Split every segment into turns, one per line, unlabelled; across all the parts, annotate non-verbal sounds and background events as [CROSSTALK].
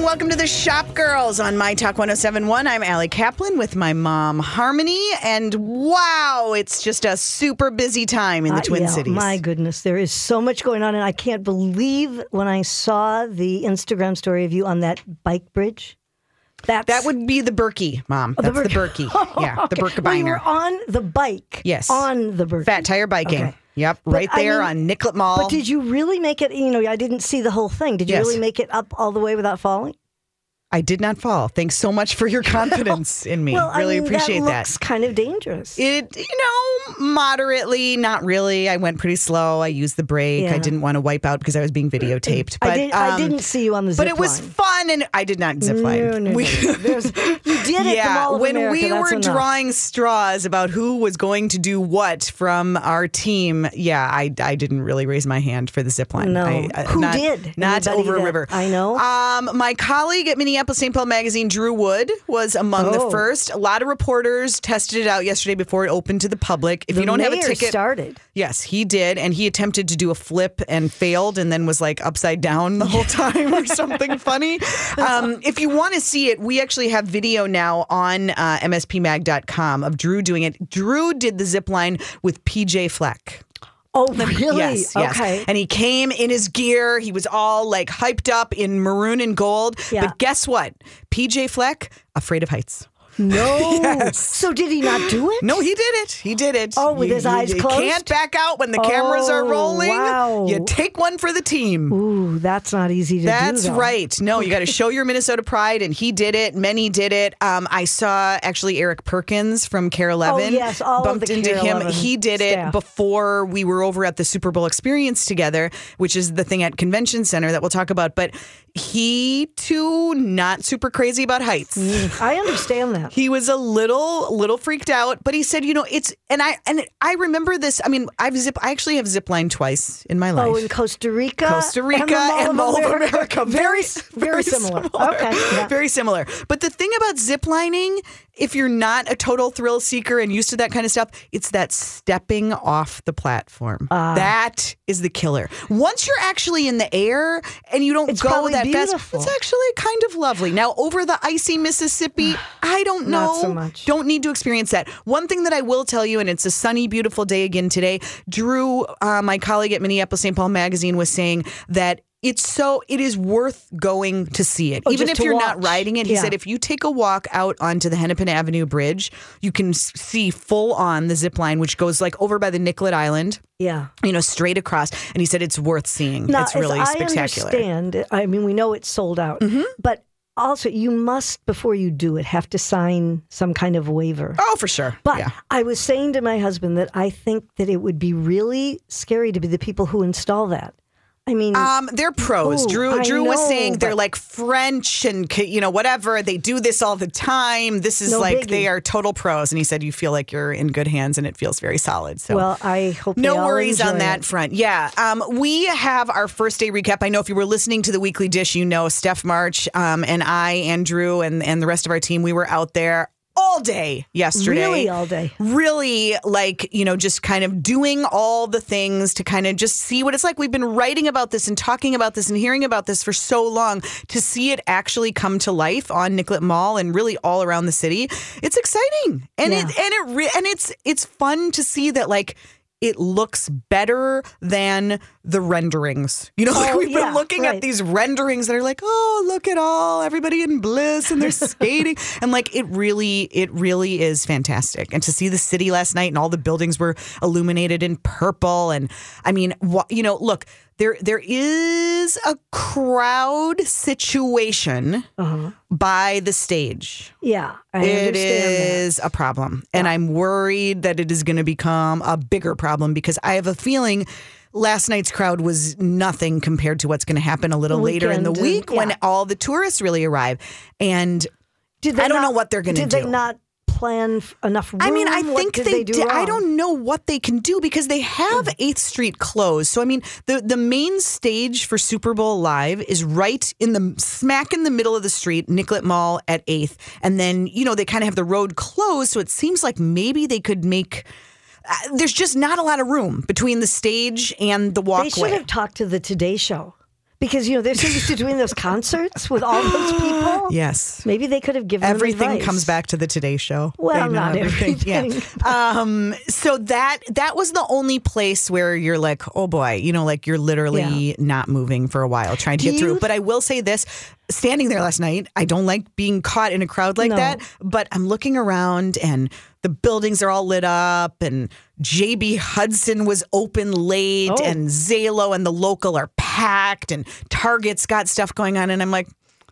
welcome to the Shop Girls on My Talk 1071. I'm Allie Kaplan with my mom, Harmony. And wow, it's just a super busy time in the
Uh,
Twin
yeah,
Cities.
My goodness, there is so much going on, and I can't believe when I saw the Instagram story of you on that bike bridge. That's
That would be the Berkey, mom. That's the Berkey.
[LAUGHS]
yeah, the
Oh, Okay. Well, you were
Berkebiner.
on the bike.
Yes.
on the Berkey.
Fat tire biking.
Okay.
Yep,
But
right
I
there
mean-
on Nicollet Mall.
But did you really make it? You know, I didn't see the whole thing. Did you
Yes.
really make it up all the way without falling?
I did not fall. Thanks so much for
[LAUGHS]
your confidence in me.
Well,
really
I mean,
appreciate
that. Looks kind of dangerous.
It, you know, moderately, not really. I went pretty slow. I used the brake. I
Yeah.
didn't want to wipe out because I was
[CLEARS THROAT]
being videotaped. But
I, did, I
um,
didn't see you on the zip
But it was
line.
fun, and I did not zip line.
No, no,
We-
no, no. There's- you
[LAUGHS]
did it.
yeah, when we were
drawing.
drawing straws about who was going to do what from our team, yeah, I, I didn't really raise my hand for the zip line.
No.
I, I-
Who
not,
did?
Not
Anybody
over a
that-
river.
I know.
Um, my colleague at Minneapolis St. Paul Magazine, Drew Wood, was among the
Oh.
first. A lot of reporters tested it out yesterday before it opened to the public. If
the
you don't have a
mayor
ticket,
started.
Yes, he did, and he attempted to do a flip and failed, and then was like upside down the whole time
[LAUGHS]
or something funny. Um, if you want to see it, we actually have video now on uh, mspmag.com of Drew doing it. Drew did the zip line with PJ Fleck.
Oh, really?
Yes, yes.
[LAUGHS] okay.
And he came in his gear. He was all like hyped up in maroon and gold.
Yeah.
But guess what? PJ Fleck, afraid of heights.
No. So did he not do it?
No, he did it. He did it.
Oh, with his eyes
you
closed?
can't back out when the cameras are
Oh,
rolling.
wow.
You take one for the team.
Ooh, that's not easy to do.
That's
though.
right. No, you got to show your Minnesota pride, and he did it. Many did it. Um, I saw actually Eric Perkins from Care 11.
Oh, yes, all of
bumped
the
into
Care
him.
11
He did it
staff.
before we were over at the Super Bowl experience together, which is the thing at Convention Center that we'll talk about. But he too not super crazy about heights
I understand that.
he was a little little freaked out but he said you know it's and i and i remember this i mean i've zip i actually have zip lined twice in my life
Oh, in Costa Rica,
Costa Rica
and the Mall, of, America.
Very,
Very, very similar. Okay. yeah.
Very similar. But the thing about ziplining, if you're not a total thrill seeker and used to that kind of stuff, it's that stepping off the platform.
Ah.
that is the killer. Once you're actually in the air and you don't
It's
go
probably
that fast,
beautiful.
it's actually kind of lovely. Now, over the icy
[SIGHS]
Mississippi, I don't know.
Not so much.
Don't need to experience that. One thing that I will tell you, and it's a sunny, beautiful day again today. Drew, uh, my colleague at Minneapolis St. Paul Magazine, was saying that it's so it is worth going to see it,
Oh,
even if
just to
you're not
watch.
riding it. He
Yeah.
said if you take a walk out onto the Hennepin Avenue Bridge, you can s- see full on the zip line, which goes like over by the Nicollet Island.
yeah.
You know, straight across, and he said it's worth seeing.
Now,
it's really
as
spectacular.
I understand. I mean, we know it's sold out, but also you must before you do it have to sign some kind of waiver.
Oh, for sure.
But
yeah.
I was saying to my husband that I think that it would be really scary to be the people who install that. I mean,
Um, they're pros.
Ooh,
Drew
I
Drew was
know,
saying they're
but-
like French and ca- you know whatever. They do this all the time. This is
No
like they
biggie.
are total pros. And he said you feel like you're in good hands, and it feels very solid. So
well, I hope they
no
all
worries on
enjoy
that
it.
front. Yeah. Um, we have our first day recap. I know if you were listening to the weekly dish, you know Steph March um, and I, Andrew, and and the rest of our team, we were out there all day yesterday.
Really, all day.
Really, like, you know, just kind of doing all the things to kind of just see what it's like. We've been writing about this and talking about this and hearing about this for so long to see it actually come to life on Nicollet Mall and really all around the city. It's exciting. And
Yeah.
it and it re- and it's it's fun to see that like it looks better than the renderings. You know, like
Oh,
we've
yeah,
been looking at
right.
these renderings that are like, oh, look at all everybody in bliss
[LAUGHS]
and they're skating. And like it really, it really is fantastic. And to see the city last night and all the buildings were illuminated in purple. And I mean, wha- you know, look, there there is a crowd situation
Uh-huh.
by the stage.
Yeah, I
It
understand that.
is a problem. And I'm worried that it is going to become a bigger problem because I have a feeling last night's crowd was nothing compared to what's going to happen a little
The
later in the
weekend and-
week when
yeah.
all the tourists really arrive. And
Did they
I don't
not-
know what they're gonna
Did
do.
they not plan f- enough room?
I mean, I
What
think
did
they,
do.
di- I
wrong? Mm.
don't know what they can do because they have 8th Street closed. So I mean, the the main stage for Super Bowl Live is right in the smack in the middle of the street, Nicollet Mall at 8th. And then, you know, they kind of have the road closed, so it seems like maybe they could make uh, there's just not a lot of room between the stage and the
They should
walkway.
have talked to the Today Show because you know they're so used to doing those concerts with all
[GASPS]
those people.
Yes.
Maybe they could have given them
Everything
advice.
comes back to the Today Show.
Well,
They know
not
Yeah. Um, so that that was the only place where you're like, oh boy, you know, like you're literally
Yeah.
not moving for a while trying to
Do
get through.
you-
But I will say this: standing there last night, I don't like being caught in a crowd like
No.
that. But I'm looking around and. The buildings are all lit up, and JB Hudson was open late,
Oh.
and Zalo and the local are packed, and Target's got stuff going on. And I'm like,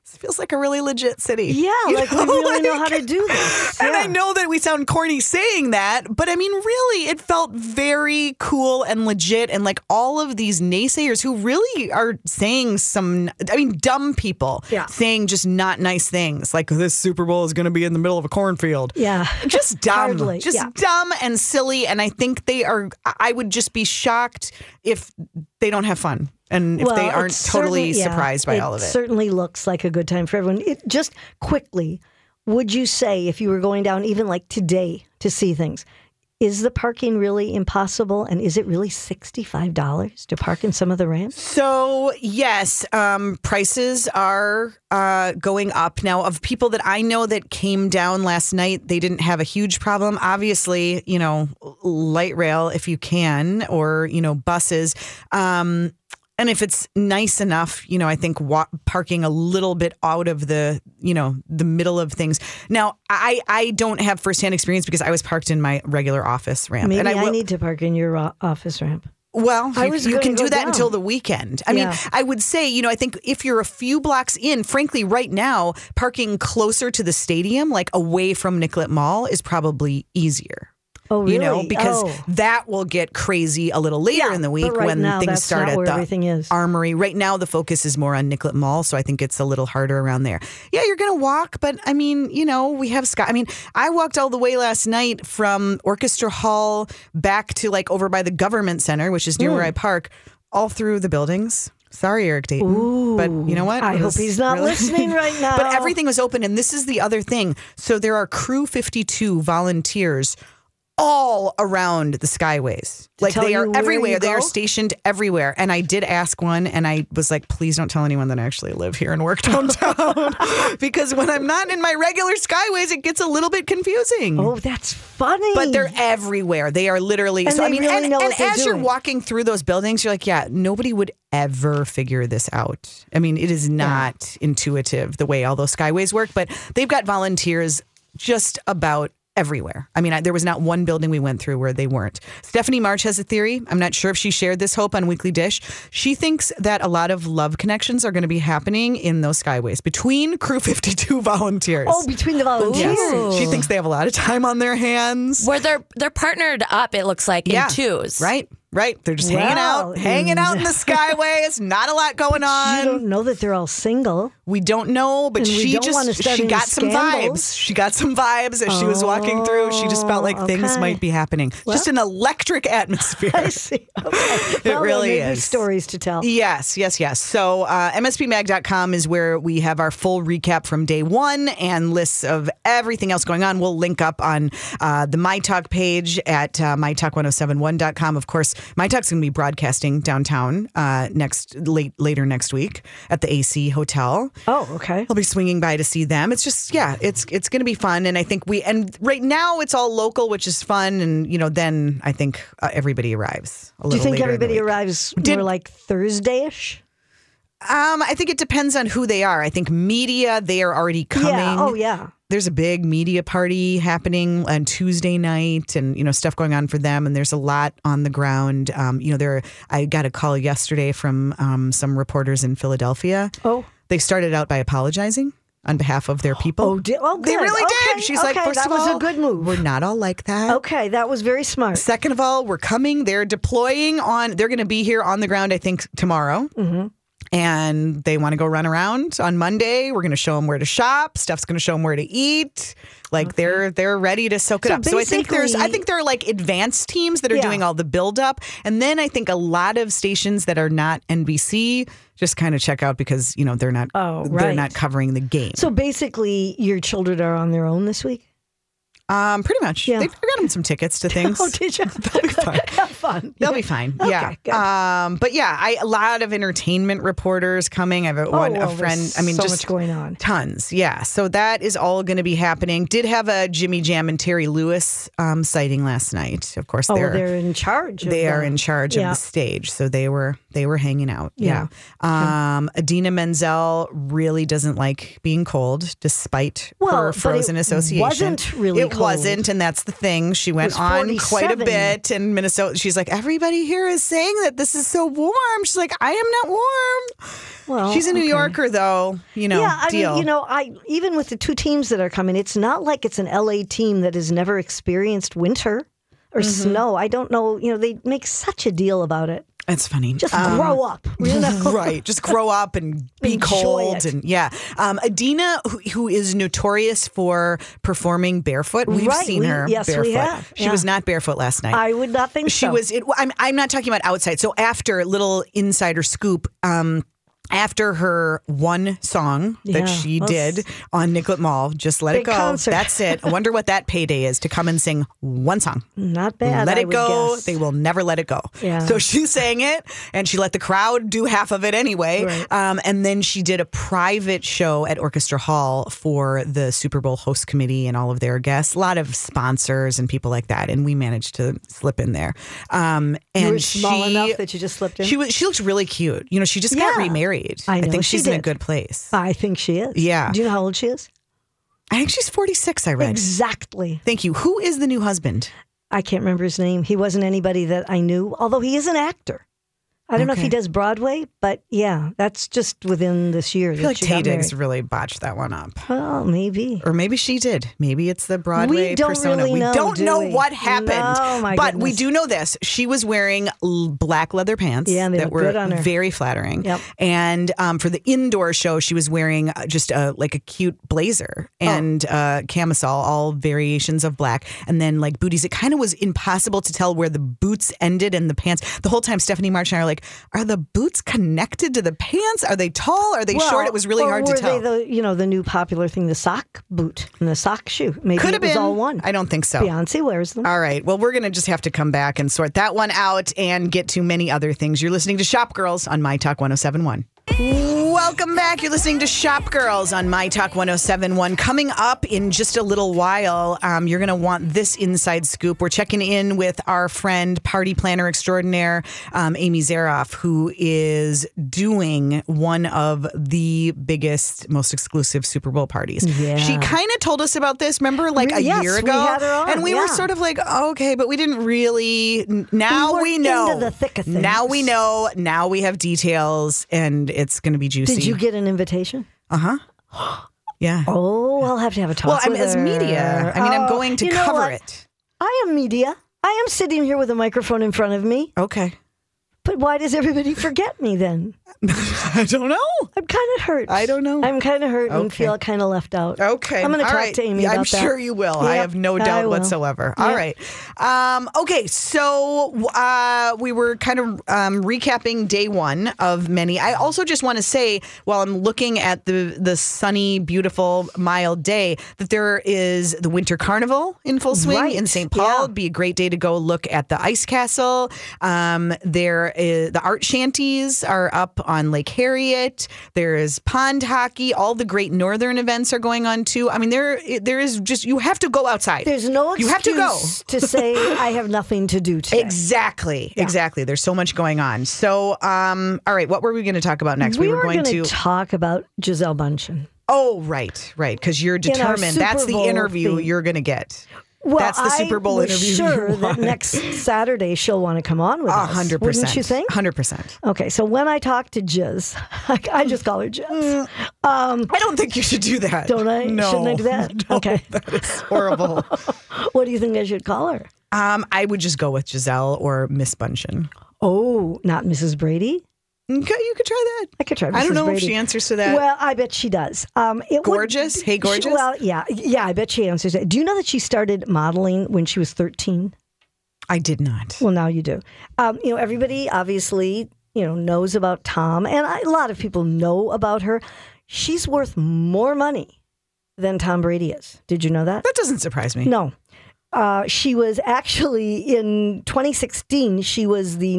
this feels like a really legit city.
[LAUGHS] Yeah,
You
like
know,
we really know
like-
how to do this.
and I
Yeah.
know that we sound corny saying that, but I mean, really, it felt very cool and legit. And like all of these naysayers who really are saying some, I mean, dumb people
Yeah.
saying just not nice things like "Oh, this Super Bowl is going to be in the middle of a cornfield.
Yeah.
Just dumb.
Hardly,
Just
yeah.
dumb and silly. And I think they are, I- I would just be shocked if they don't have fun and if they
Well,
aren't
it's
totally
certainly- yeah,
surprised by all of it.
Certainly looks like a good time for everyone. It just quickly, would you say if you were going down even like today to see things, is the parking really impossible and is it really $65 to park in some of the ramps?
So yes, um, prices are uh, going up now. Of people that I know that came down last night, they didn't have a huge problem. Obviously, you know, light rail if you can, or you know, buses. Um, and if it's nice enough, you know, I think wa- parking a little bit out of the, you know, the middle of things. Now, I I don't have firsthand experience because I was parked in my regular office ramp,
Maybe
and
I,
will-
need to park in your ro- office ramp.
well,
I
you,
was
you
gonna
can
go
do that
down.
until the weekend. I
Yeah.
mean, I would say, you know, I think if you're a few blocks in, frankly, right now, parking closer to the stadium, like away from Nicollet Mall, is probably easier.
Oh, really?
You know, because
Oh.
that will get crazy a little later
Yeah,
in the
but
week
right
when
now,
things
that's
start
not
at
where
the
everything is.
armory. Right now, the focus is more on Nicollet Mall, so I think it's a little harder around there. Yeah, you're going to walk, but I mean, you know, we have Scott. I mean, I walked all the way last night from Orchestra Hall back to like over by the Government Center, which is near
Hmm.
where I park, all through the buildings. Sorry, Eric Dayton. but you know what?
Oh. I
It
hope
was
he's not
really- [LAUGHS]
listening right now.
but everything was open. And this is the other thing. So there are Crew 52 volunteers all around the skyways. like
tell
they
you
are
where you
everywhere. They
go?
are stationed everywhere. And I did ask one and I was like, please don't tell anyone that I actually live here and work downtown. [LAUGHS] because when I'm not in my regular skyways, it gets a little bit confusing.
Oh, that's funny.
But they're everywhere. They are literally.
And
so I
they
mean,
really
and,
know
and
what they're
as you're
doing.
walking through those buildings, you're like, yeah, nobody would ever figure this out. I mean, it is not intuitive the way all those skyways work. But they've got volunteers just about everywhere. I mean, I, there was not one building we went through where they weren't. Stephanie March has a theory. I'm not sure if she shared this hope on Weekly Dish. She thinks that a lot of love connections are going to be happening in those skyways between Crew 52 [LAUGHS] volunteers.
Oh, between the volunteers.
Yes. She thinks they have a lot of time on their hands.
Where they're they're partnered up, it looks like
Yeah.
in twos.
Right, right. They're just hanging
Wow.
out, hanging out in
[LAUGHS]
the skyway. It's not a lot going
You
on.
don't know that they're all single.
we don't know, but
And we
she
don't wanna
just
start
she
any
got some
scandals. Oh,
vibes. She got some vibes as she was walking through. She just felt like things
okay.
might be happening. just an electric atmosphere.
[LAUGHS]
[LAUGHS]
I see. Okay. Well, there
really
may be
is.
stories to tell.
Yes, yes, yes. So uh, MSPMag.com is where we have our full recap from day one and lists of everything else going on. We'll link up on uh, the My Talk page at uh, MyTalk1071.com. Of course, My Talk's going to be broadcasting downtown uh, next late later next week at the AC Hotel.
Oh, okay.
I'll be swinging by to see them. It's just yeah, it's it's going to be fun, and I think we and right now it's all local, which is fun, and you know then I think uh, everybody arrives. A
Do you
little
think
later in the
everybody
week.
arrives
Did-
more like Thursday ish?
Um, I think it depends on who they are. I think media, they are already coming.
Yeah. Oh, yeah.
There's a big media party happening on Tuesday night and, you know, stuff going on for them. And there's a lot on the ground. Um, you know, there, I got a call yesterday from um, some reporters in Philadelphia.
Oh.
They started out by apologizing on behalf of their people.
Oh, di- oh,
They
good.
really
Okay,
did. She's like,
okay,
first
that
of
was a
all,
good move."
We're not all like that.
Okay, that was very smart.
Second of all, we're coming. They're deploying on. They're going to be here on the ground. I think tomorrow.
Mm-hmm.
And they want to go run around on Monday. We're going to show them where to shop. Stuff's going to show them where to eat. Like they're they're ready to soak it
So
up. So I think there's I
basically-
think there are like advanced teams that are
Yeah.
doing all the build up, and then I think a lot of stations that are not NBC just kind of check out because you know they're not
Oh,
they're
right.
not covering the game.
So basically, your children are on their own this week?
Um, pretty much.
Yeah.
They've, I got them some tickets to things.
[LAUGHS] Oh, did
[LAUGHS]
you?
They'll be fine.
[LAUGHS] Have fun.
They'll be fine.
Okay,
yeah.
good.
Um, but yeah, I, a lot of entertainment reporters coming. I've got
Oh,
one
well,
a friend.
there's
I mean,
so
just
much going on.
Tons, yeah. So that is all going to be happening. Did have a Jimmy Jam and Terry Lewis um, sighting last night. Of course,
Oh,
they're
well, they're in charge. of
they
the-
are in charge of
Yeah.
the stage, so they were they were hanging out. Yeah.
Yeah.
Um, Adina Menzel really doesn't like being cold, despite
Well,
her
but it
frozen association.
wasn't really
It
cold.
wasn't, and that's the thing. She went
was
on quite a
47.
bit in Minnesota. She's like, everybody here is saying that this is so warm. She's like, I am not warm.
Well,
She's a New
Oh, okay.
Yorker, though. You know,
Yeah, I
deal.
mean, you know, I even with the two teams that are coming, it's not like it's an LA team that has never experienced winter or
Mm-hmm.
snow. I don't know. You know, they make such a deal about it.
That's funny.
Just
Um, [LAUGHS]
grow up. You know?
right. Just grow up and be
Enjoy
cold.
it.
And yeah. Um, Adina, who, who is notorious for performing barefoot, we've
Right,
seen
we-
her
yes, we
barefoot.
have,
She
yeah.
was not barefoot last night.
I would not think
she
so.
was, it, I'm, I'm not talking about outside. So after little insider scoop, um, after her one song
Yeah,
that she
well,
did on Nicollet Mall, just let it
big
go.
concert.
That's it. I wonder what that payday is to come and sing one song.
not bad.
Let
I
it
would
go.
guess.
They will never let it go.
Yeah.
So she [LAUGHS] sang it and she let the crowd do half of it anyway.
Right.
Um, and then she did a private show at Orchestra Hall for the Super Bowl host committee and all of their guests, a lot of sponsors and people like that. And we managed to slip in there. Um, and
you were small
she,
enough that you just slipped in.
she was she looked really cute. You know, she just got
Yeah.
remarried.
I know,
think
she
she's in a
did.
good place.
I think she is.
Yeah.
Do you know how old she is?
I think she's 46, I read.
Exactly.
Thank you. Who is the new husband?
I can't remember his name. He wasn't anybody that I knew, although he is an actor. I don't know if he
Okay.
does Broadway, but yeah, that's just within this year.
I feel like
that she got married.
Tadig's really botched that one up.
Well, maybe.
or maybe she did. Maybe it's the Broadway
don't
persona.
really
we
know,
don't
do
know
we?
what happened,
No, my
but we
goodness.
do know this: she was wearing l- black leather pants
Yeah, and they
that
look
were
good on her.
very flattering.
Yep.
And um, for the indoor show, she was wearing uh, just a like a cute
Oh.
blazer and uh, camisole, all variations of black, and then like booties. It kind of was impossible to tell where the boots ended and the pants. The whole time, Stephanie March and I are like, "Are the boots connected to the pants? Are they tall? Are they short?" It was really
or
hard to
were
tell.
They the, you know, the new popular thing, the sock boot and the sock shoe. Maybe
Could
it
have
was
been
all one.
I don't think so.
Beyonce wears them.
All right. Well, we're going to just have to come back and sort that one out and get to many other things. You're listening to Shop Girls on My Talk 1071. Welcome back. You're listening to Shop Girls on My Talk 1071. Coming up in just a little while, um, you're going to want this inside scoop. We're checking in with our friend, party planner extraordinaire, um, Amy Zaroff, who is doing one of the biggest, most exclusive Super Bowl parties.
Yeah.
She kind of told us about this, remember, like a
Yes,
year
we
ago?
had her on,
and we were
yeah.
sort of like, okay, but we didn't really. n- Now
weren't
we, know.
into the thick of
Now
things.
we know. Now we have details, and it's going to be juicy.
Did you get an invitation?
yeah.
Oh, I'll have to have a talk.
well, I'm
with
as
her.
media. I mean, I'm
Oh,
going to
you know
cover
what?
it.
I am media. I am sitting here with a microphone in front of me.
Okay. [LAUGHS]
But why does everybody forget me then?
I don't know.
I'm kind of hurt.
I don't know.
I'm kind of hurt and
Okay.
feel kind of left out.
Okay.
I'm going to
All
talk
right.
to Amy
Yeah,
about
I'm
that.
sure you will. I
Yep,
have no
I
doubt
will.
whatsoever. All right.
Yep.
Um, okay. So uh, we were kind of um, recapping day one of many. I also just want to say, while I'm looking at the the sunny, beautiful, mild day, that there is the winter carnival in full swing
Right.
in St. Paul.
Yeah.
It'd be a great day to go look at the ice castle. Um, there is the art shanties are up on Lake Harriet. There is pond hockey. All the great northern events are going on too. I mean, there there is just you have to go outside.
There's no excuse
you have to go.
to say I have nothing
[LAUGHS]
to do today.
Exactly. Exactly. There's so much going on. So, um, all right, what were we going to talk about next?
We,
were
were
going
gonna
to.
talk about Giselle Bundchen.
oh, right, right. Because you're
our
determined. That's
Super
the
Bowl
interview
thing.
you're going to get.
Well,
That's the
I
Super Bowl
was
interview you
Sure, that
want.
next Saturday she'll want to come on with
A
us.
hundred percent.
wouldn't you think?
Hundred percent.
Okay, so when I talk to Jiz, [LAUGHS] I just call her Jiz. Um,
I don't think you should do that.
Don't I?
No.
Shouldn't I do
[LAUGHS]
that?
No,
Okay.
That is
[LAUGHS]
horrible. Mm.
what do you think I should call her?
um, I would just go with Giselle or Miss Bunchen.
Oh, not Mrs. Brady.
Okay, you could try that.
I could try. Mrs.
I don't know if
Brady.
she answers to that.
Well, I bet she does. Um, it would-
Gorgeous? Hey,
she-
gorgeous?
well, yeah, yeah. I bet she answers it. Do you know that she started modeling when she was thirteen?
I did not.
Well, now you do. Um, you know, everybody obviously you know knows about Tom, and I, a lot of people know about her. She's worth more money than Tom Brady is. Did you know that?
That doesn't surprise me.
No. Uh, she was actually in 2016, she was the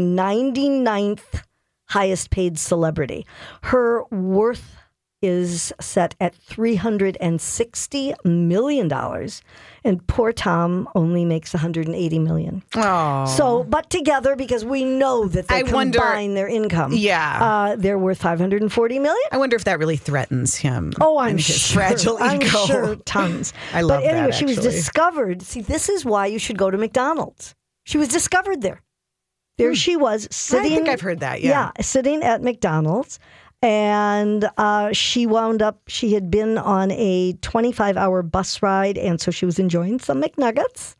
99th highest paid celebrity. Her worth is set at $360 million, and poor Tom only makes $180 million.
Oh.
So, but together, because we know that they
I
combine
wonder-
their income,
Yeah.
uh, they're worth 540 million.
I wonder if that really threatens him.
Oh, I'm
and his
sure.
fragile
I'm
ego. [LAUGHS]
sure tons.
I love
But
that,
anyway, she was
actually.
discovered. See, this is why you should go to McDonald's. She was discovered there. There she was sitting.
Hmm. think I've heard that, yeah.
sitting at McDonald's, and uh, she wound up. She had been on a 25-hour bus ride, and so she was enjoying some McNuggets.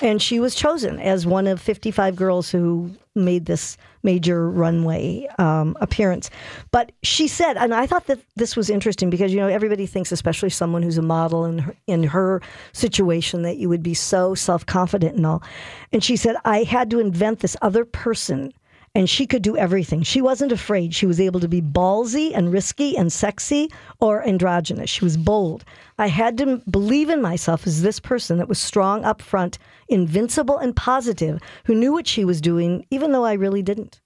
And she was chosen as one of 55 girls who made this major runway um, appearance. But she said, and I thought that this was interesting because, you know, everybody thinks, especially someone who's a model in her, in her situation, that you would be so self confident and all. And she said, I had to invent this other person. And she could do everything. She wasn't afraid. She was able to be ballsy and risky and sexy or androgynous. She was bold. I had to m- believe in myself as this person that was strong up front, invincible and positive, who knew what she was doing, even though I really didn't.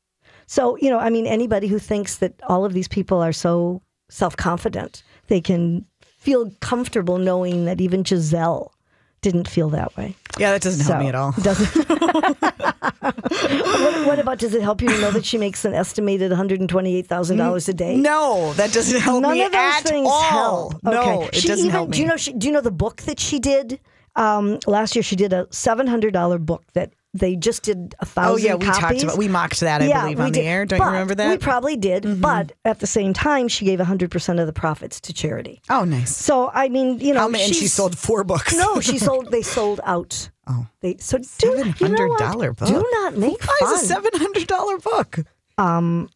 So, you know, I mean, anybody who thinks that all of these people are so self confident, they can feel comfortable knowing that even Giselle didn't feel that way.
Yeah, that doesn't help
So,
me at all.
it
[LAUGHS]
Doesn't. what, what about does it help you to know that she makes an estimated one hundred and twenty-eight thousand dollars a day?
No, that doesn't help
None
me
of those
at
things
all.
help.
No,
Okay.
it
she
doesn't
even,
help me.
Do you know? She, do you know the book that she did um, last year? She did a seven hundred dollar book that they just did a
oh
thousand.
yeah, we talked
copies.
about we mocked that I
yeah,
believe
we
on
did.
the air. Don't
but
you remember
We
that? Mm-hmm.
probably did, but at the same time, she gave hundred percent of the profits to charity.
oh, nice.
So I mean, you know,
How many? And she
she's-
sold four books. [LAUGHS]
No, she sold. They sold out. Oh, they so do you know what?
$700 book.
Do not make
Why
fun.
is a seven hundred dollar book? Um,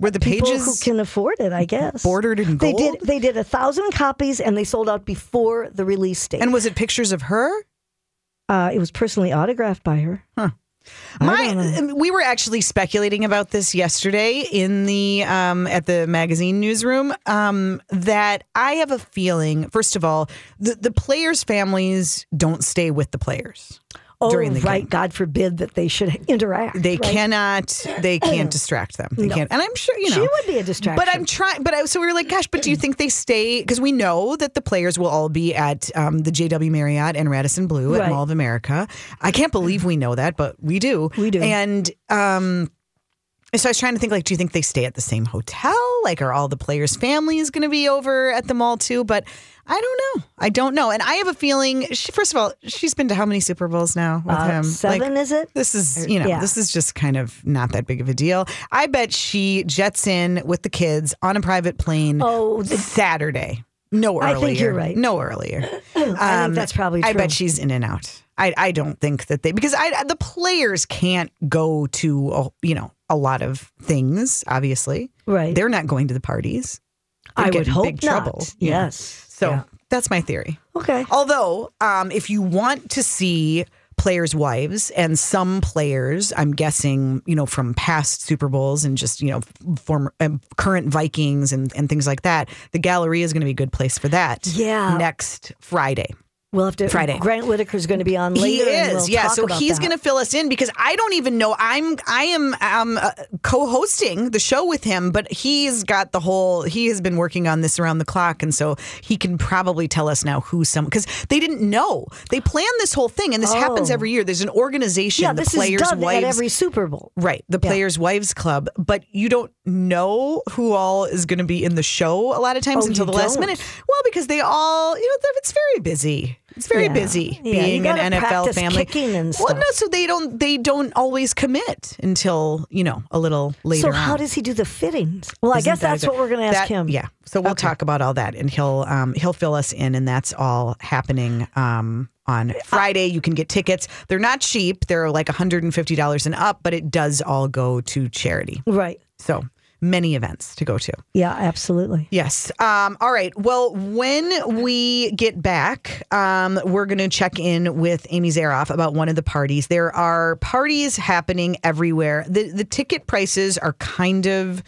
were the
people
pages
who can afford it, I guess.
bordered in gold?
They did. They did a thousand copies, and they sold out before the release date.
and was it pictures of her?
uh, it was personally autographed by her.
My, um, we were actually speculating about this yesterday in the um, at the magazine newsroom. Um, that I have a feeling. First of all, the the players' families don't stay with the players.
Oh,
During the
right.
game.
God forbid that they should interact.
They
right?
cannot. They can't distract them. They can't. And I'm sure you know
She would be a distraction.
But I'm trying. But I, so we were like, gosh. But do you think they stay? Because we know that the players will all be at um, the JW Marriott and Radisson Blue at
Right.
Mall of America. I can't believe we know that, but we do.
We do.
And um, so I was trying to think, like, do you think they stay at the same hotel? Like, are all the players' families going to be over at the mall too? But I don't know. I don't know. And I have a feeling. She, first of all, she's been to how many Super Bowls now with
Uh,
him? Like,
seven is it?
this is, you know,
yeah.
this is just kind of not that big of a deal. I bet she jets in with the kids on a private plane
Oh, the-
Saturday. No earlier.
I think you're right.
No earlier.
[CLEARS THROAT] I
Um,
think that's probably true.
I bet she's in and out. I, I don't think that they because I the players can't go to a, you know a lot of things. Obviously,
Right.
They're not going to the parties. They'd
I
get
would
in
hope
big
not.
trouble. Yeah.
Yes.
So
Yeah.
that's my theory.
Okay.
Although, um, if you want to see players' wives and some players, I'm guessing, you know, from past Super Bowls and just, you know, former um, current Vikings and, and things like that, the gallery is going to be a good place for that.
Yeah.
Next Friday.
We'll have to.
Friday.
Grant Whitaker's going to be on later.
he
and
is.
we'll
yeah.
talk
So
about
he's
that.
going to fill us in because I don't even know. I'm, I am, um, uh, co hosting the show with him, but he's got the whole, he has been working on this around the clock. And so he can probably tell us now who some, because they didn't know. They plan this whole thing and this happens
Oh.
every year. There's an organization,
Yeah,
the
this
Players'
is done
Wives.
at every Super Bowl.
Right, the Players Wives Club, but you don't know who all is going to be in the show a lot of times
Oh,
until the
you
last
don't?
minute. Well, because they all, you know, they're- it's very busy. It's very
Yeah.
busy
Yeah, you
being
gotta
an NFL
practice
family.
kicking and
Well,
stuff.
no, so they don't they don't always commit until you know a little later.
So
on.
how does he do the fittings? Well, I
Isn't
guess
that a
that's
good-
what we're going to
that-
ask him.
Yeah, so we'll
Okay.
talk about all that, and he'll um, he'll fill us in, and that's all happening um, on Friday. you can get tickets; they're not cheap; they're like one hundred and fifty dollars and up, but it does all go to charity.
Right.
So many events to go to.
Yeah, absolutely.
Yes. Um, all right. Well, when we get back, um, we're going to check in with Amy Zaroff about one of the parties. There are parties happening everywhere. The the ticket prices are kind of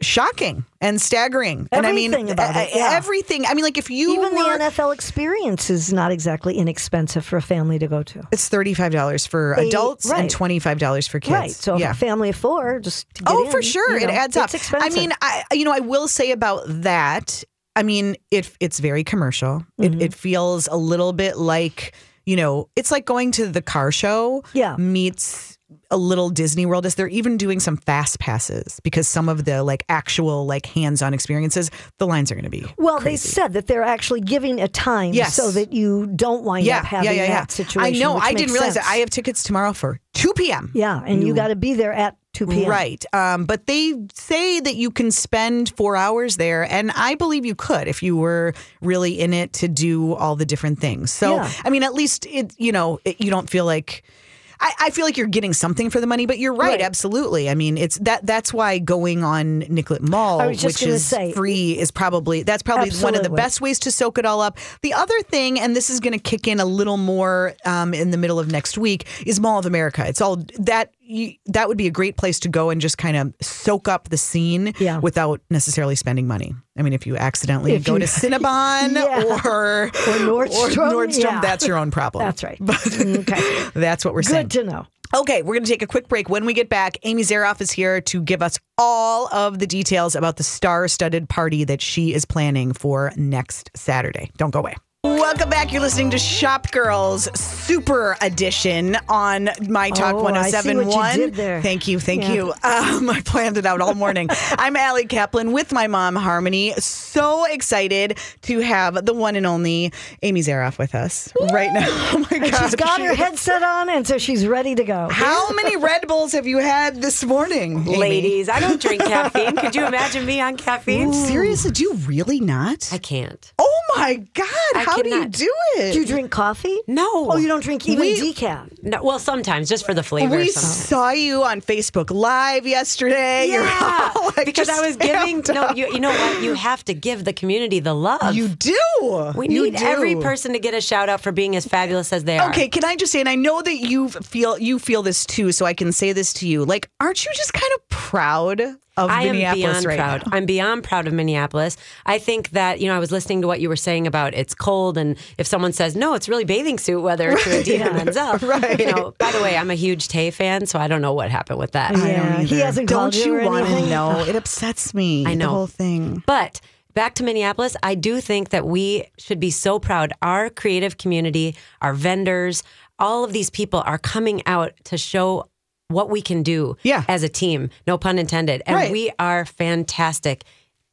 shocking and staggering. and I mean,
Everything about it,
e-
yeah.
everything. I mean, like if you
Even
were,
the NFL experience is not exactly inexpensive for a family to go to.
it's thirty five dollars for
They-
adults and
right.
twenty five dollars for kids.
Right. So
yeah.
a family of four, just to get
Oh, for
in,
sure,
you
it
know,
adds up.
It's expensive.
I mean, I you know, I will say about that. I mean, it it's very commercial.
Mm-hmm.
It, it feels a little bit like you know, it's like going to the car show.
Yeah.
meets a little Disney World. Is they're even doing some fast passes because some of the like actual like hands on experiences, the lines are going to be
well,
crazy.
they said that they're actually giving a time
Yes.
so that you don't wind up having that situation.
I know.
which
I
makes
didn't realize
sense.
that. I have tickets tomorrow for 2 p.m.
Yeah, and you, got to be there at 2 p.m.
Right. Um, but they say that you can spend four hours there. And I believe you could if you were really in it to do all the different things. So,
Yeah.
I mean, at least, it, you know, it, you don't feel like. I, I feel like you're getting something for the money, but you're right,
Right.
absolutely. I mean, it's that that's why going on Nicollet Mall,
I was just
which
gonna
is
say-
free, is probably that's probably one of the
Absolutely.
best ways to soak it all up. The other thing, and this is going to kick in a little more um, in the middle of next week, is Mall of America. It's all that you, that would be a great place to go and just kind of soak up the scene
Yeah.
without necessarily spending money. I mean, if you accidentally
If
go
you- [LAUGHS]
to Cinnabon
Yeah.
or, or
Nordstrom,
Nordstrom,
yeah.
that's your own problem.
That's right.
[LAUGHS]
Mm,
But
Okay.
[LAUGHS] that's what we're saying.
Good to know.
Okay, we're going to take a quick break. When we get back, Amy Zaroff is here to give us all of the details about the star studded party that she is planning for next Saturday. Don't go away. Welcome back. You're listening to Shop Girls Super Edition on My Talk
Oh, I see what you
1071.
did there.
Thank you. Thank
Yeah.
you. Um, I planned it out all
[LAUGHS]
morning. I'm Allie Kaplan with my mom, Harmony. So excited to have the one and only Amy Zaroff with us right now. [LAUGHS] Oh my God.
She's got
she
her
is
headset on, and so she's ready to go.
how many Red Bulls have you had this morning, Amy?
Ladies, I don't drink caffeine. Could you imagine me on caffeine?
Seriously, do you really not?
I can't.
oh my God! How
cannot.
do you do it?
Do you drink coffee?
No.
Oh, you don't drink even
We-
decaf.
No, well, sometimes just for the flavor.
we
sometimes.
saw you on Facebook Live yesterday. [LAUGHS] You're
Yeah,
all, [LAUGHS] like,
because
just
I was giving.
amped
No,
up.
you, you know what? You have to give the community the love.
You do.
we
You
need
do.
every person to get a shout out for being as fabulous as they are.
Okay, can I just say, and I know that you feel you feel this too, so I can say this to you. Like, aren't you just kind of proud of
I am
Minneapolis
beyond
right
proud.
now?
I'm beyond proud of Minneapolis. I think that, you know, I was listening to what you were saying about it's cold and if someone says, no, it's really bathing suit weather to Adina Menzel.
[LAUGHS] Right.
You know, by the way, I'm a huge Tay fan, so I don't know what happened with that.
I don't
Yeah, he
either.
hasn't
Don't
called you
you
or
wanna
anything?
know? It upsets me.
I
the
know.
whole thing.
But back to Minneapolis, I do think that we should be so proud. Our creative community, our vendors, all of these people are coming out to show what we can do
Yeah.
as a team, no pun intended. And
Right.
we are fantastic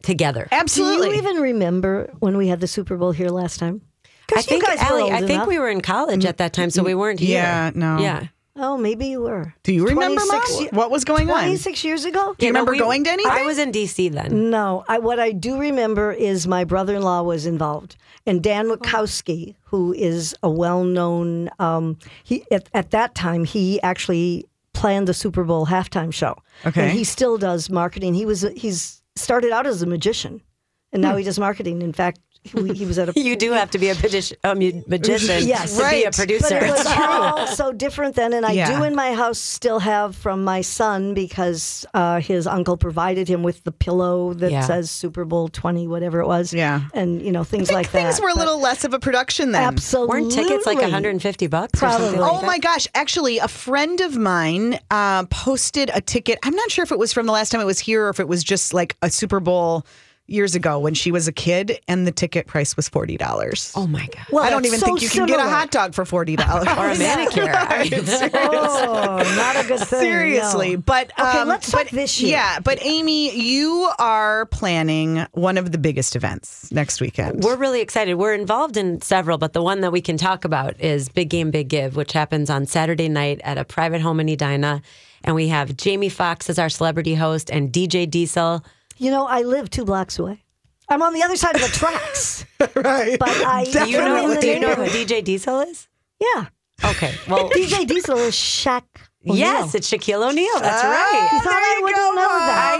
together.
Absolutely.
Do you even remember when we had the Super Bowl here last time?
I
'Cause you
think,
guys were
Allie,
old
I think
enough.
we were in college at that time, so we weren't here.
Yeah, no.
Yeah.
Oh, maybe you were.
Do you remember, Mom?
26 ye-
What was going on?
26 years ago?
Do you remember going to anything?
I was in D.C. then. [LAUGHS]
No, I, what I do remember is my brother-in-law was involved, and Dan Wachowski, who is a well-known, um, he at, at that time he actually planned the Super Bowl halftime show.
Okay.
and he still does marketing. He was he's started out as a magician, and now he does marketing. In fact, he, he was at a
[LAUGHS] You do have to be a, magician, a mu- magician
Yes.
to be a
Right.
producer.
But it was all so different then, and I
Yeah.
do in my house still have from my son because uh, his uncle provided him with the pillow that
Yeah.
says Super Bowl twenty, whatever it was.
Yeah.
and you know things
I think
like
things
that.
were a
But
little less of a production then.
absolutely.
[LAUGHS] Weren't tickets like 150 bucks? Or
Probably.
something like
Oh
that?
my gosh! Actually, a friend of mine uh, posted a ticket. I'm not sure if it was from the last time it was here or if it was just like a Super Bowl years ago when she was a kid, and the ticket price was forty dollars.
Oh my god.
Well,
I don't
that's
even
so
think you can get a
similar.
hot dog for forty dollars [LAUGHS]
Or a manicure. I mean,
Oh, not a good thing. no.
Seriously, but um,
Okay, let's talk
but,
this year.
Yeah, but Amy, you are planning one of the biggest events next weekend.
We're really excited. We're involved in several, but the one that we can talk about is Big Game Big Give, which happens on Saturday night at a private home in Edina. And we have Jamie Foxx as our celebrity host and DJ Diesel.
You know, I live two blocks away. I'm on the other side of
[LAUGHS]
the tracks,
[LAUGHS] right. [LAUGHS]
but I
Do you know,
in the
do you know who
neighborhood.
DJ Diesel is?
Yeah,
Okay. Well,
DJ Diesel is Shaq. O'Neal.
yes, it's Shaquille O'Neal. That's right.
You thought I wouldn't know that.
I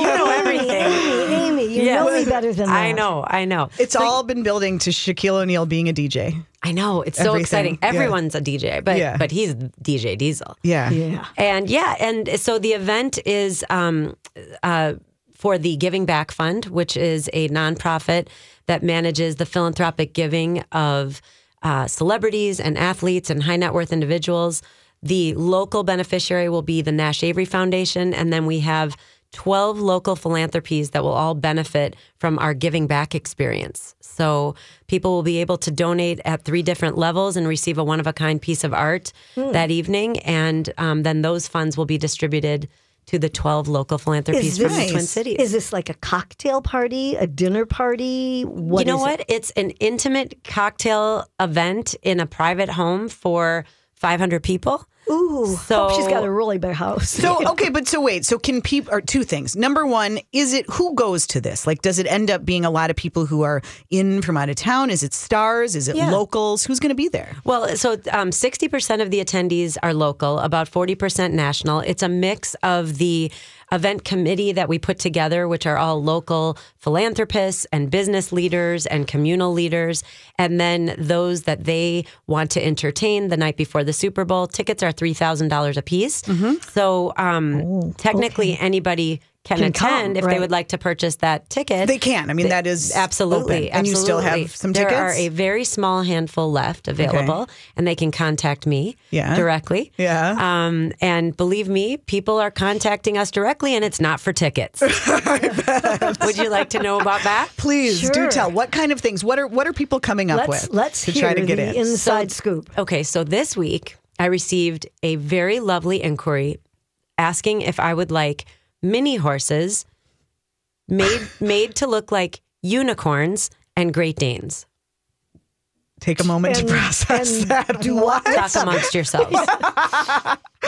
[LAUGHS]
You know everything.
Amy, Amy, you
Yes.
know me better than that.
I know. I know.
It's all been building to Shaquille O'Neal being a DJ.
I know. It's so
Everything.
exciting.
Yeah.
Everyone's a DJ, but
Yeah.
but he's DJ Diesel.
Yeah.
Yeah.
And yeah, and so the event is um, uh, for the Giving Back Fund, which is a nonprofit that manages the philanthropic giving of uh, celebrities and athletes and high net worth individuals. The local beneficiary will be the Nash Avery Foundation, and then we have 12 local philanthropies that will all benefit from our giving back experience. So people will be able to donate at three different levels and receive a one of a kind piece of art that evening. And um, then those funds will be distributed to the 12 local philanthropies from the
this-
Twin Cities.
Is this like a cocktail party, a dinner party? What
you know
is it?
what? It's an intimate cocktail event in a private home for 500 people.
Ooh,
So-
hope she's got a really big house.
So okay, but so wait. So can people are two things. Number one, is it who goes to this? Like, does it end up being a lot of people who are in from out of town? Is it stars? Is it
Yeah.
locals? Who's going to be there?
Well, so um, 60% of the attendees are local, about 40% national. It's a mix of the event committee that we put together, which are all local philanthropists and business leaders and communal leaders, and then those that they want to entertain the night before the Super Bowl. Tickets are $3,000 a piece.
Mm-hmm.
So um, technically, anybody can,
Can come,
attend if
right.
they would like to purchase that ticket.
They can. I mean, that is
Absolutely.
open. and you still
absolutely.
have some
there
tickets.
are a very small handful left available, and they can contact me
Yeah.
directly.
Yeah.
Um, and believe me, people are contacting us directly, and it's not
[LAUGHS]
for tickets. Would you like to know about that?
Please do
Sure.
tell. What kind of things? What are what are people coming up
let's
with?
let's
to
hear
try to get
the
in.
inside scoop.
Okay, so this week I received a very lovely inquiry asking if I would like mini horses made made to look like unicorns and Great Danes.
Take a moment
And-
to process
and
that.
do
what?
Talk amongst yourselves.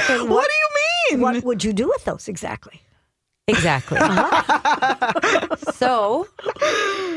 And
What do you mean?
[LAUGHS] What would you do with those exactly?
[LAUGHS]
Exactly. so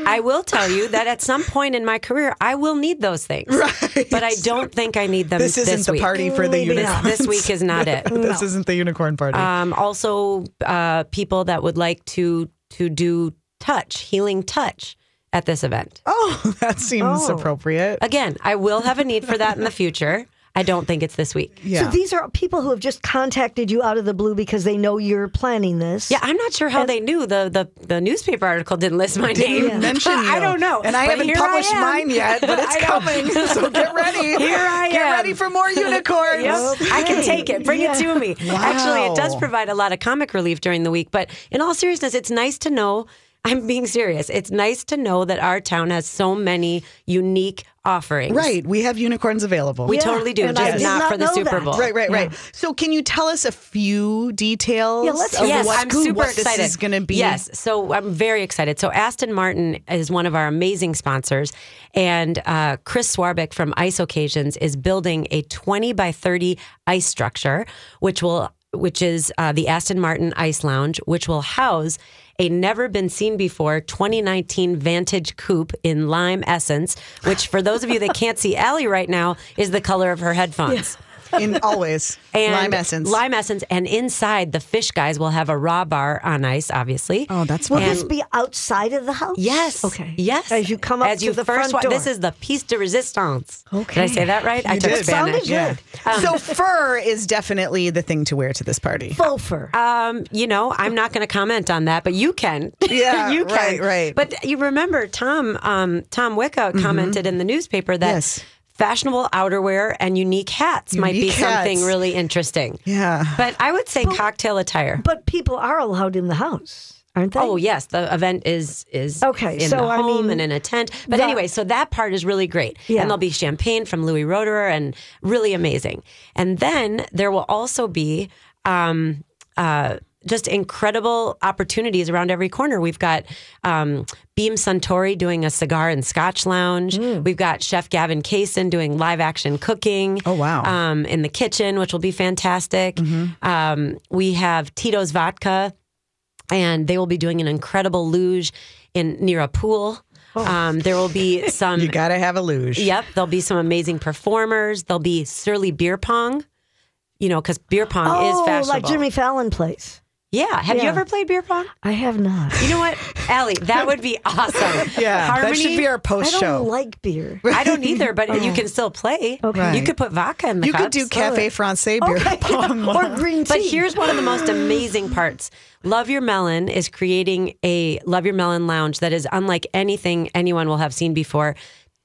I will tell you that at some point in my career, I will need those things.
[LAUGHS] Right.
But I don't think I need them this,
This isn't the
week.
party for the
Maybe
unicorn.
not.
This week is
[LAUGHS]
not it. [LAUGHS]
this isn't the unicorn party.
Um, also, uh, people that would like to to do touch, healing touch at this event.
oh, [LAUGHS] that seems
Oh.
appropriate.
Again, I will have a need for that in the future. I don't think it's this week.
Yeah.
So these are people who have just contacted you out of the blue because they know you're planning this.
Yeah, I'm not sure how they knew the the, the newspaper article didn't list my name.
didn't mention you.
[LAUGHS] I don't know,
And I
But
haven't
here
published
am.
mine yet,
[LAUGHS]
but it's
I know.
coming. [LAUGHS] So get ready.
Here I
Get
am.
ready for more unicorns.
[LAUGHS] Yep. I can take it. Bring it to me. Actually, it does
Wow.
provide a lot of comic relief during the week. But in all seriousness, it's nice to know. I'm being serious. It's nice to know that our town has so many unique offerings.
Right. We have unicorns available.
We totally do,
and
just
I
not,
did not
for the
know
Super
that.
Bowl.
Right, right, right. So, can you tell us a few details?
Yeah, let's
of
hear
Yes,
what,
I'm super
what
excited.
This is going to be.
Yes, so I'm very excited. So Aston Martin is one of our amazing sponsors, and uh, Chris Swarbeck from Ice Occasions is building a 20 by 30 ice structure, which will which is uh, the Aston Martin Ice Lounge, which will house a never been seen before 2019 Vantage Coupe in lime essence, which for those of you that can't see Allie right now is the color of her
[LAUGHS]
headphones
In always
[LAUGHS] and
lime essence.
Lime essence, and inside the fish guys will have a raw bar on ice, obviously.
Oh, that's
Will
fun.
this be outside of the house?
yes.
Okay.
Yes.
As you come up
as
to
you
the front
first wa-
door.
This is the piece de resistance. Did I
Okay.
say that right? I
You
took
did.
Spanish. Um,
Sounded good.
so, fur is definitely the thing to wear to this party.
faux fur.
Um, you know, I'm not going to comment on that, but you can. [LAUGHS]
Yeah,
you can.
right, right. Mm-hmm.
But you remember Tom um, Tom Wicca commented in the newspaper that
Yes.
fashionable outerwear and unique hats might be
Unique hats.
something really interesting.
Yeah.
But I would say cocktail attire.
but people are allowed in the house, aren't they?
Oh yes, the event is is
Okay,
In
so
the
I
home
mean,
and in a tent. But
the-
anyway, so that part is really great,
Yeah.
and there'll be champagne from Louis Roederer, and really amazing. And then there will also be. Um, uh, just incredible opportunities around every corner. We've got um, Beam Suntory doing a cigar and scotch lounge.
Mm.
We've got Chef Gavin Kaysen doing live action cooking.
Oh, wow.
Um, in the kitchen, which will be fantastic.
Mm-hmm.
Um, we have Tito's Vodka and they will be doing an incredible luge in near a pool. Um, there will be some.
Oh. [LAUGHS] you got to have a luge.
yep, there'll be some amazing performers. There'll be Surly Beer Pong, you know, because beer pong
oh,
is fashionable.
like Jimmy Fallon plays.
Yeah. Have you
Yeah.
ever played beer pong?
I have not.
You know what, Allie? That
[LAUGHS]
would be awesome.
Yeah,
Harmony.
that should be our
I
post
don't
show.
like beer.
I don't
[LAUGHS]
either, but you can still play. Okay.
Right.
You could put vodka in the
you could
cups.
do Cafe Francais beer [LAUGHS] pong.
[LAUGHS] or green tea.
But here's one of the most amazing parts. Love Your Melon is creating a Love Your Melon lounge that is unlike anything anyone will have seen before.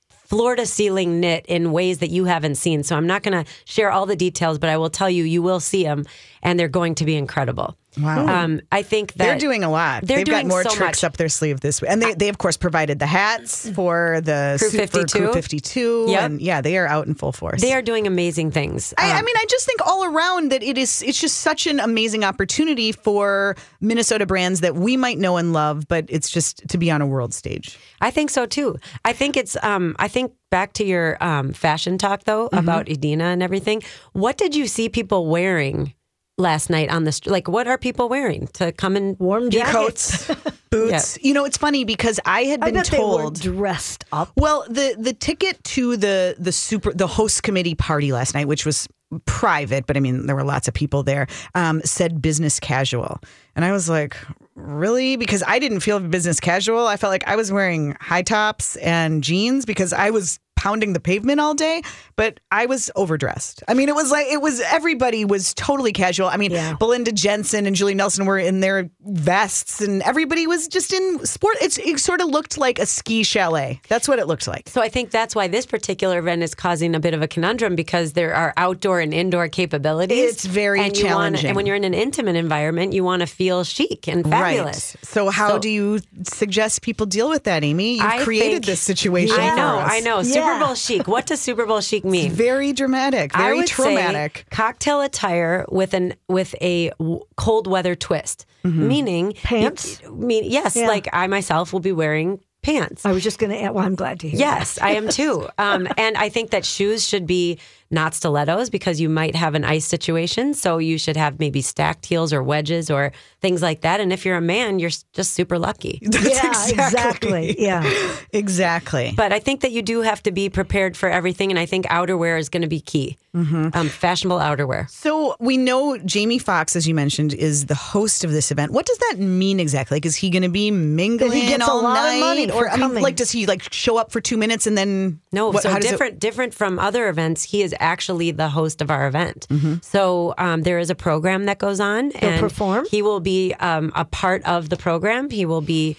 Floor to ceiling knit in ways that you haven't seen. So I'm not going to share all the details, but I will tell you, you will see them, and they're going to be incredible.
Wow.
Um, I think that
Mm. They're doing a lot.
They're
have got
doing
more
so
tricks
much.
up their sleeve this week. And they, they of course provided the hats for the
Crew
suit for
52.
Crew 52
Yep.
and yeah, they are out in full force.
They are doing amazing things.
I, I mean, I just think all around that it is it's just such an amazing opportunity for Minnesota brands that we might know and love, but it's just to be on a world stage.
I think so too. I think it's. Um, I think back to your um, fashion talk though
Mm-hmm.
about Edina and everything. What did you see people wearing last night on the street? Like, what are people wearing to come and
warm jackets.
Coats, boots. You know, it's funny because I had
I
been
bet
told
they were dressed up.
Well, the the ticket to the the super the host committee party last night, which was private, but I mean there were lots of people there, um, said business casual, and I was like, really? Because I didn't feel business casual. I felt like I was wearing high tops and jeans because I was pounding the pavement all day, but I was overdressed. I mean, it was like it was everybody was totally casual. I mean,
Yeah.
Belinda Jensen and Julie Nelson were in their vests and everybody was just in sport. It's, it sort of looked like a ski chalet. That's what it looked like.
So I think that's why this particular event is causing a bit of a conundrum because there are outdoor and indoor capabilities.
It's very
and you wanna-
challenging.
and when you're in an intimate environment, you want to feel chic and fabulous.
Right. So how
So-
do you suggest people deal with that, Amy? You've
I
created
think-
this situation.
I know,
for us.
I know.
Yeah.
Super Bowl chic. What does Super Bowl chic mean?
Very dramatic,
I
very
would
traumatic. [LAUGHS]
Say cocktail attire with an with a w- cold weather twist, meaning
Pants?
you- mean yes,
Yeah. Oh
like I myself will be wearing pants.
I was just going to add. Well, I'm glad to hear.
Yes, I am too. Um, and I think that shoes should be not stilettos because you might have an ice situation. So you should have maybe stacked heels or wedges or things like that. And if you're a man, you're s- just super lucky.
[LAUGHS] That's
Yeah, exactly. Yeah.
[LAUGHS] exactly.
But I think that you do have to be prepared for everything. And I think outerwear is going to be key. Um, fashionable outerwear.
So we know Jamie Foxx, as you mentioned, is the host of this event. What does that mean exactly? Like, is he going to be mingling
He gets a
all
lot of
night,
money
or
for
I mean,
coming.
like, does he like show up for two minutes and then
No,
What-
so
how does it-
different different from other events, he is actually the host of our event.
Mm-hmm.
So um, there is a program that goes on, and
perform?
He will be um, a part of the program. He will be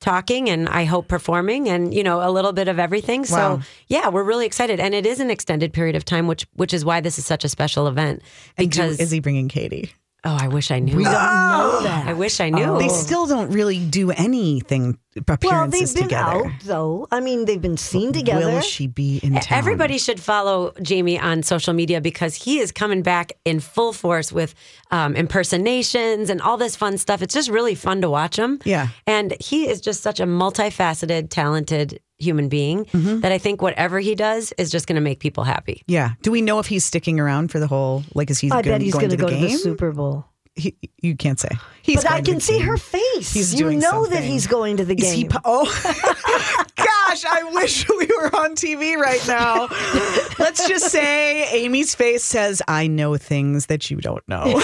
talking, and I hope performing, and you know a little bit of everything. So
Wow.
yeah, we're really excited, and it is an extended period of time, which which is why this is such a special event.
And do-
Because
is he bringing Katie?
oh, I wish I knew.
We don't know that.
[LAUGHS] I wish I knew.
They still don't really do anything appearances
Oh. Well, they've been
together.
out though. I mean, they've been seen together. E,
Will she be in town?
Everybody should follow Jamie on social media because he is coming back in full force with um, impersonations and all this fun stuff. It's just really fun to watch him.
Yeah.
And he is just such a multifaceted, talented human being that I think whatever he does is just going to make people happy.
Yeah. Do we know if he's sticking around for the whole? Like, is he
I
going,
bet he's
going
going to
to
go
the
to
game?
the Super Bowl.
He- you can't say. He's
but I
going to
can
the
see
game.
her face.
He's
you
doing
know that
something.
he's going to the game.
Is he? po- oh, [LAUGHS] gosh! I wish we were on TV right now. Let's just say Amy's face says, "I know things that you don't know." [LAUGHS]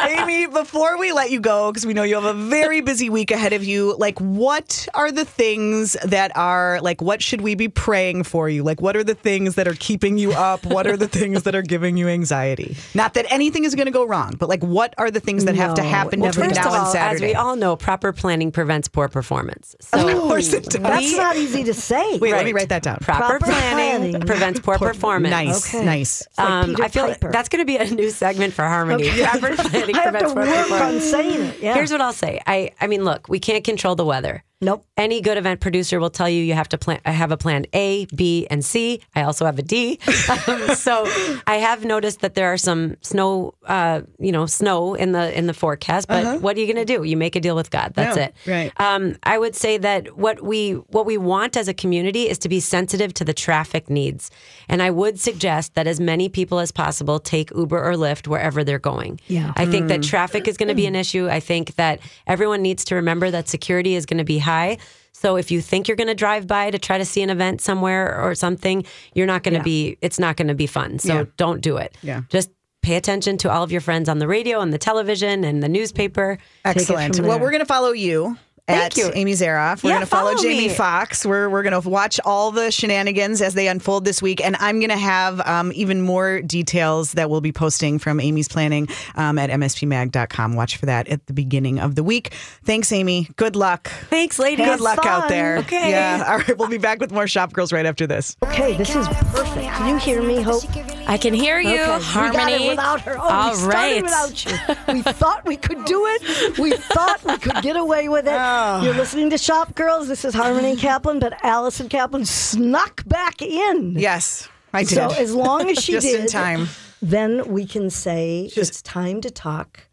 Amy, before we let you go, because we know you have a very busy week ahead of you, like what are the things that are like what should we be praying for you? Like what are the things that are keeping you up? What are the things that are giving you anxiety? Not that anything is going to go wrong, but like what are the things that have to
No.
happen
Well,
between
First
now
of all,
and Saturday?
as we all know, proper planning prevents poor performance.
[LAUGHS]
So
of course it does.
That's not easy to say.
Wait, let me write that down.
proper,
Proper
planning, [LAUGHS]
planning.
prevents poor, performance.
Nice,
Okay.
nice.
It's like
Um,
Peter
I feel like
Piper.
that's going to be a new segment for Harmony. [LAUGHS] Proper planning
I have to
prevents poor
work
performance.
on saying it. Yeah.
Here's what I'll say. I I mean, look, we can't control the weather.
nope.
Any good event producer will tell you you have to plan. I have a plan A, B, and C. I also have
[LAUGHS]
a D. Um, so I have noticed that there are some snow, uh, you know, snow in the in the forecast. But
Uh-huh.
what are you going to do? You make a deal with God. That's
Yeah,
it.
right.
Um, I would say that what we what we want as a community is to be sensitive to the traffic needs, and I would suggest that as many people as possible take Uber or Lyft wherever they're going.
Yeah.
I think that traffic is going to be an issue. I think that everyone needs to remember that security is going to be high. So if you think you're going to drive by to try to see an event somewhere or something, you're not going to be. It's not going to be fun. So don't do it.
Yeah.
Just pay attention to all of your friends on the radio and the television and the newspaper.
it
Excellent.
from
Well,
there.
we're going to follow you. at
you.
Amy Zaroff. We're
Yeah,
going to follow,
follow
Jamie
me.
Fox. We're, we're going to watch all the shenanigans as they unfold this week. And I'm going to have um, even more details that we'll be posting from Amy's planning um, at mspmag.com. Watch for that at the beginning of the week. Thanks, Amy. Good luck.
Thanks, ladies.
Good luck out
fun.
there.
Okay.
Yeah. All right. We'll be back with more Shop Girls right after this.
Okay, this is perfect. Can you hear me, Hope?
I can hear you,
Okay, We got
Harmony.
it without her. Oh,
All
we started
right.
without you. We thought we could do it. We thought we could get away with it. You're listening to Shop Girls. This is Harmony Kaplan, but Allison Kaplan snuck back in.
Yes, I did.
So as long as she
Just
did,
in time.
then we can say it's time to talk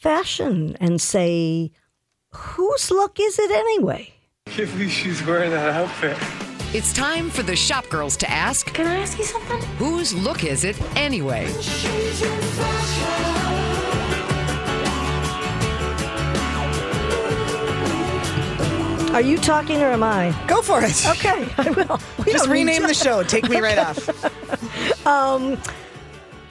fashion and say whose look is it anyway?
can't believe she's wearing that outfit.
It's time for the shop girls to ask. Can I ask you something? Whose look is it anyway?
Are you talking or am I?
Go for it.
Okay, [LAUGHS] I will. We
Just
don't need
rename
to-
the show. Take me right off.
[LAUGHS]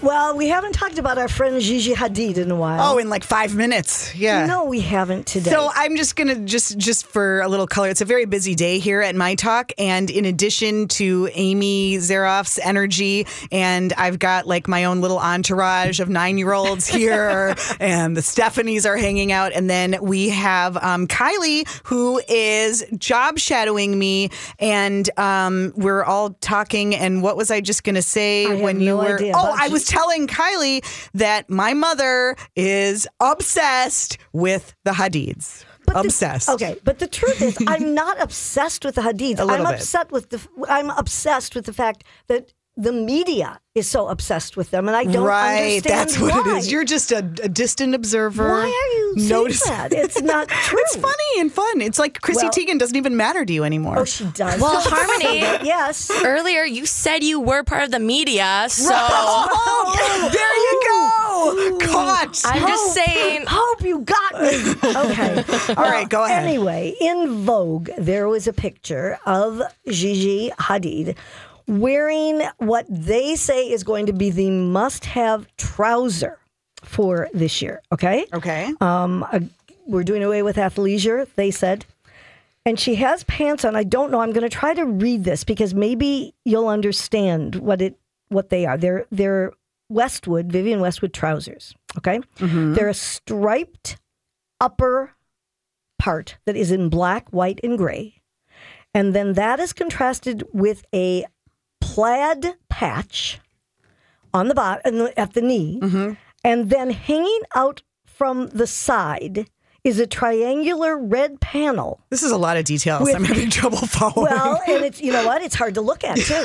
Well, we haven't talked about our friend Gigi Hadid in a while.
Oh, in like five minutes. Yeah.
no, we haven't today.
So I'm just gonna just just for a little color. It's a very busy day here at my talk, and in addition to Amy Zaroff's energy, and I've got like my own little entourage of nine year
[LAUGHS]
olds here, and the Stephanies are hanging out, and then we have um, Kylie who is job shadowing me, and um, we're all talking. And what was I just gonna say
I have
when you
no
were?
idea,
oh,
but
I
you-
was telling Kylie that my mother is obsessed with the Hadids.
But the-
obsessed.
okay, but the
[LAUGHS]
truth is, I'm not obsessed with the Hadids.
A little
I'm
bit.
upset with the. I'm obsessed with the fact that the media is so obsessed with them, and I don't
Right,
understand
that's what it
why.
is. You're just a, a distant observer.
why are you saying
Notice-
that? It's not true.
[LAUGHS] It's funny and fun. It's like Chrissy
Well-
Teigen doesn't even matter to you anymore.
Oh, she does. [LAUGHS]
Well, Harmony-
yes.
Earlier, you said you were part of the media, so
[LAUGHS]
Oh, [LAUGHS] there
Oh,
you go. Caught.
I'm just saying.
Hope you
[LAUGHS]
got me. Okay.
All right, go ahead.
Anyway, in Vogue, there was a picture of Gigi Hadid wearing what they say is going to be the must have trouser for this year. Okay.
Okay.
Um, uh, we're doing away with athleisure, they said. And she has pants on. I don't know. I'm going to try to read this because maybe you'll understand what it what they are. They're they're Westwood, Vivian Westwood trousers. Okay, they're a striped upper part that is in black, white, and gray, and then that is contrasted with a plaid patch on the bottom at the knee, and then hanging out from the side is a triangular red panel.
this is a lot of details.
with-
I'm having trouble
[LAUGHS]
following.
Well, and it's you know what? It's hard to look at too.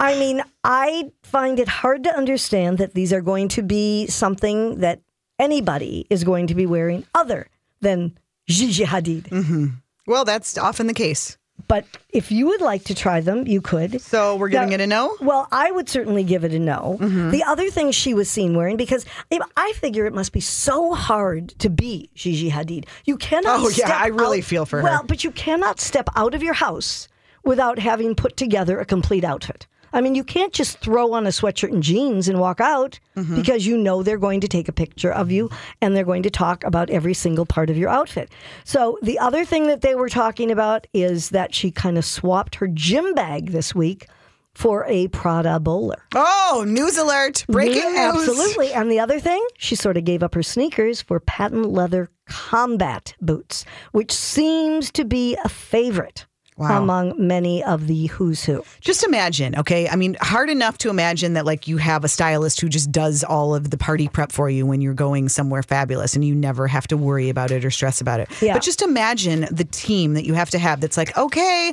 I mean, I find it hard to understand that these are going to be something that anybody is going to be wearing other than Gigi Hadid.
well, that's often the case.
But if you would like to try them, you could.
So we're giving
Now-
it a no? Mm-hmm.
Well, I would certainly give it a no. The other thing she was seen wearing, because I- I figure it must be so hard to be Gigi Hadid. You cannot.
Oh, yeah,
step
I really
out-
feel for her.
Well, but you cannot step out of your house without having put together a complete outfit. I mean, you can't just throw on a sweatshirt and jeans and walk out
Mm-hmm.
because you know they're going to take a picture of you and they're going to talk about every single part of your outfit. So, the other thing that they were talking about is that she kind of swapped her gym bag this week for a Prada bowler.
Oh, news alert. Breaking
Yeah,
news.
Absolutely. And the other thing, she sort of gave up her sneakers for patent leather combat boots, which seems to be a favorite
Wow.
among many of the who's who.
Just imagine, okay? I mean, hard enough to imagine that like you have a stylist who just does all of the party prep for you when you're going somewhere fabulous and you never have to worry about it or stress about it.
Yeah.
But just imagine the team that you have to have that's like, okay,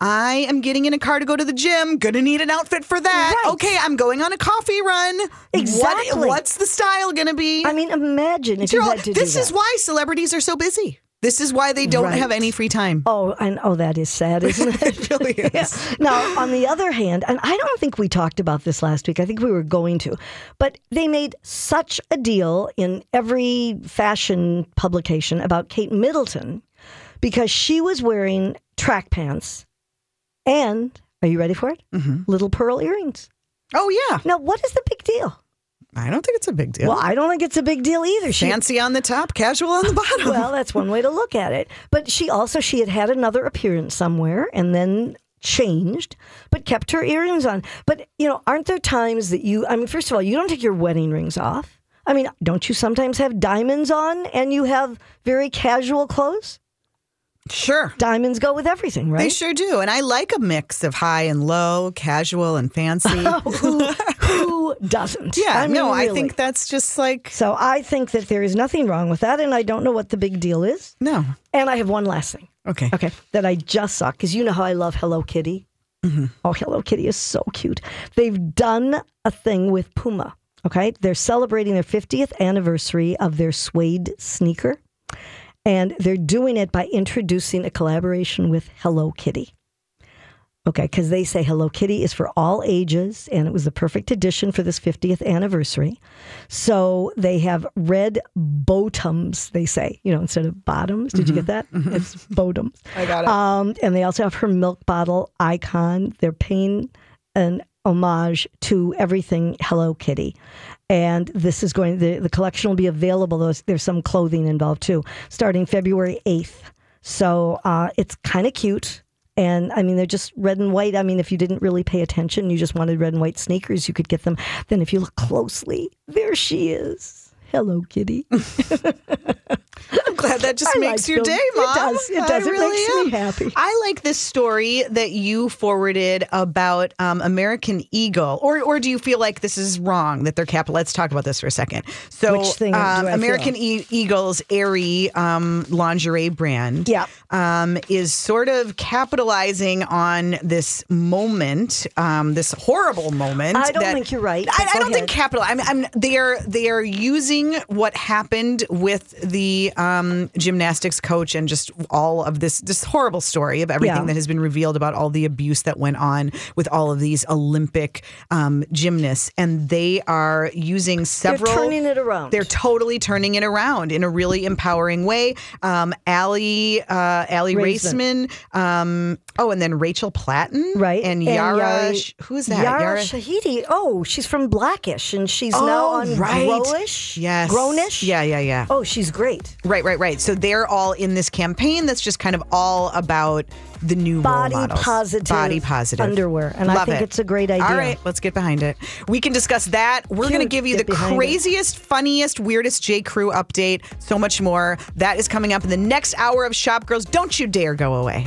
I am getting in a car to go to the gym, gonna need an outfit for that.
Right.
Okay, I'm going on a coffee run. What-
Exactly.
what's the style gonna be?
I mean, imagine if
You're
you
all-
had to do
this is
that.
why celebrities are so busy. This is why they don't
Right.
have any free time.
Oh, and oh, that is
[LAUGHS]
sad, isn't it?
It
[LAUGHS]
really is.
now, on the other hand, and I don't think we talked about this last week. I think we were going to, but they made such a deal in every fashion publication about Kate Middleton because she was wearing track pants
Mm-hmm.
and, are you ready for it? Little pearl earrings.
Oh yeah.
Now, what is the big deal?
I don't think it's a big deal.
Well, I don't think it's a big deal either. She
Fancy on the top, casual on the bottom. [LAUGHS]
well, that's one way to look at it. But she also she had had another appearance somewhere and then changed, but kept her earrings on. But you know, aren't there times that you? I mean, first of all, you don't take your wedding rings off. I mean, don't you sometimes have diamonds on and you have very casual clothes?
sure.
Diamonds go with everything, right?
They sure do. And I like a mix of high and low, casual and
[LAUGHS]
fancy.
who, who doesn't?
yeah,
Oh, I mean,
no, I
really.
think that's just like,
So I think that there is nothing wrong with that, and I don't know what the big deal is.
no.
And I have one last thing.
Okay.
Okay, that I just saw because you know how I love Hello Kitty. Oh, Hello Kitty is so cute. They've done a thing with Puma. Okay, they're celebrating their 50th anniversary of their suede sneaker, and they're doing it by introducing a collaboration with Hello Kitty. Okay, because they say Hello Kitty is for all ages, and it was the perfect addition for this 50th anniversary. So they have red bottoms, they say, you know, instead of bottoms. Did you get that? It's bottoms. Mm-hmm. [LAUGHS] I got it. Um, and they also have her milk bottle icon. They're paying an homage to everything Hello Kitty. And this is going, the, the collection will be available. There's, there's some clothing involved too, starting February 8th. So uh, it's kind of cute. And I mean, they're just red and white. I mean, if you didn't really pay attention, you just wanted red and white sneakers, you could get them. Then, if you look closely, there she is. Hello,
[LAUGHS]
kitty.
[LAUGHS] I'm glad that just
[LAUGHS] I
makes
like
your
them.
day,
It
Mom.
does. It
I
does. It
really
makes me
am.
happy.
I like this story that you forwarded about um, American Eagle, or or do you feel like this is wrong that they're capital? Let's talk about this for a second. So,
Which thing do
um,
I feel?
American e- Eagle's airy um, lingerie brand,
Yeah.
um, is sort of capitalizing on this moment, um, this horrible moment.
I don't
that-
think you're right,
I,
but
I
go
don't think
ahead.
capital. I'm, I'm. They are. They are using what happened with the um, gymnastics coach and just all of this this horrible story of everything
Yeah.
that has been revealed about all the abuse that went on with all of these Olympic um, gymnasts, and they are using several.
turning it around.
They're totally turning it around in a really empowering way. Um, Allie, uh, Allie
Raisman.
Raceman. Um, oh, and then Rachel Platten,
Right.
And Yara,
Yari-
Sh- who's that?
Yara, Shahidi. Oh, she's from Blackish, and she's now
Oh,
on
right.
Growish.
Yes.
Grownish.
Yeah, yeah, yeah.
Oh, she's great.
Right, right, right. So they're all in this campaign that's just kind of all about the new role
Body
models.
positive
body positive
underwear, and I
Love
think
it.
it's a great idea.
All right, let's get behind it. We can discuss that. We're going to
Cute.
give you
Get
the
behind it.
craziest, funniest, weirdest J Crew update. So much more that is coming up in the next hour of Shop Girls. Don't you dare go away.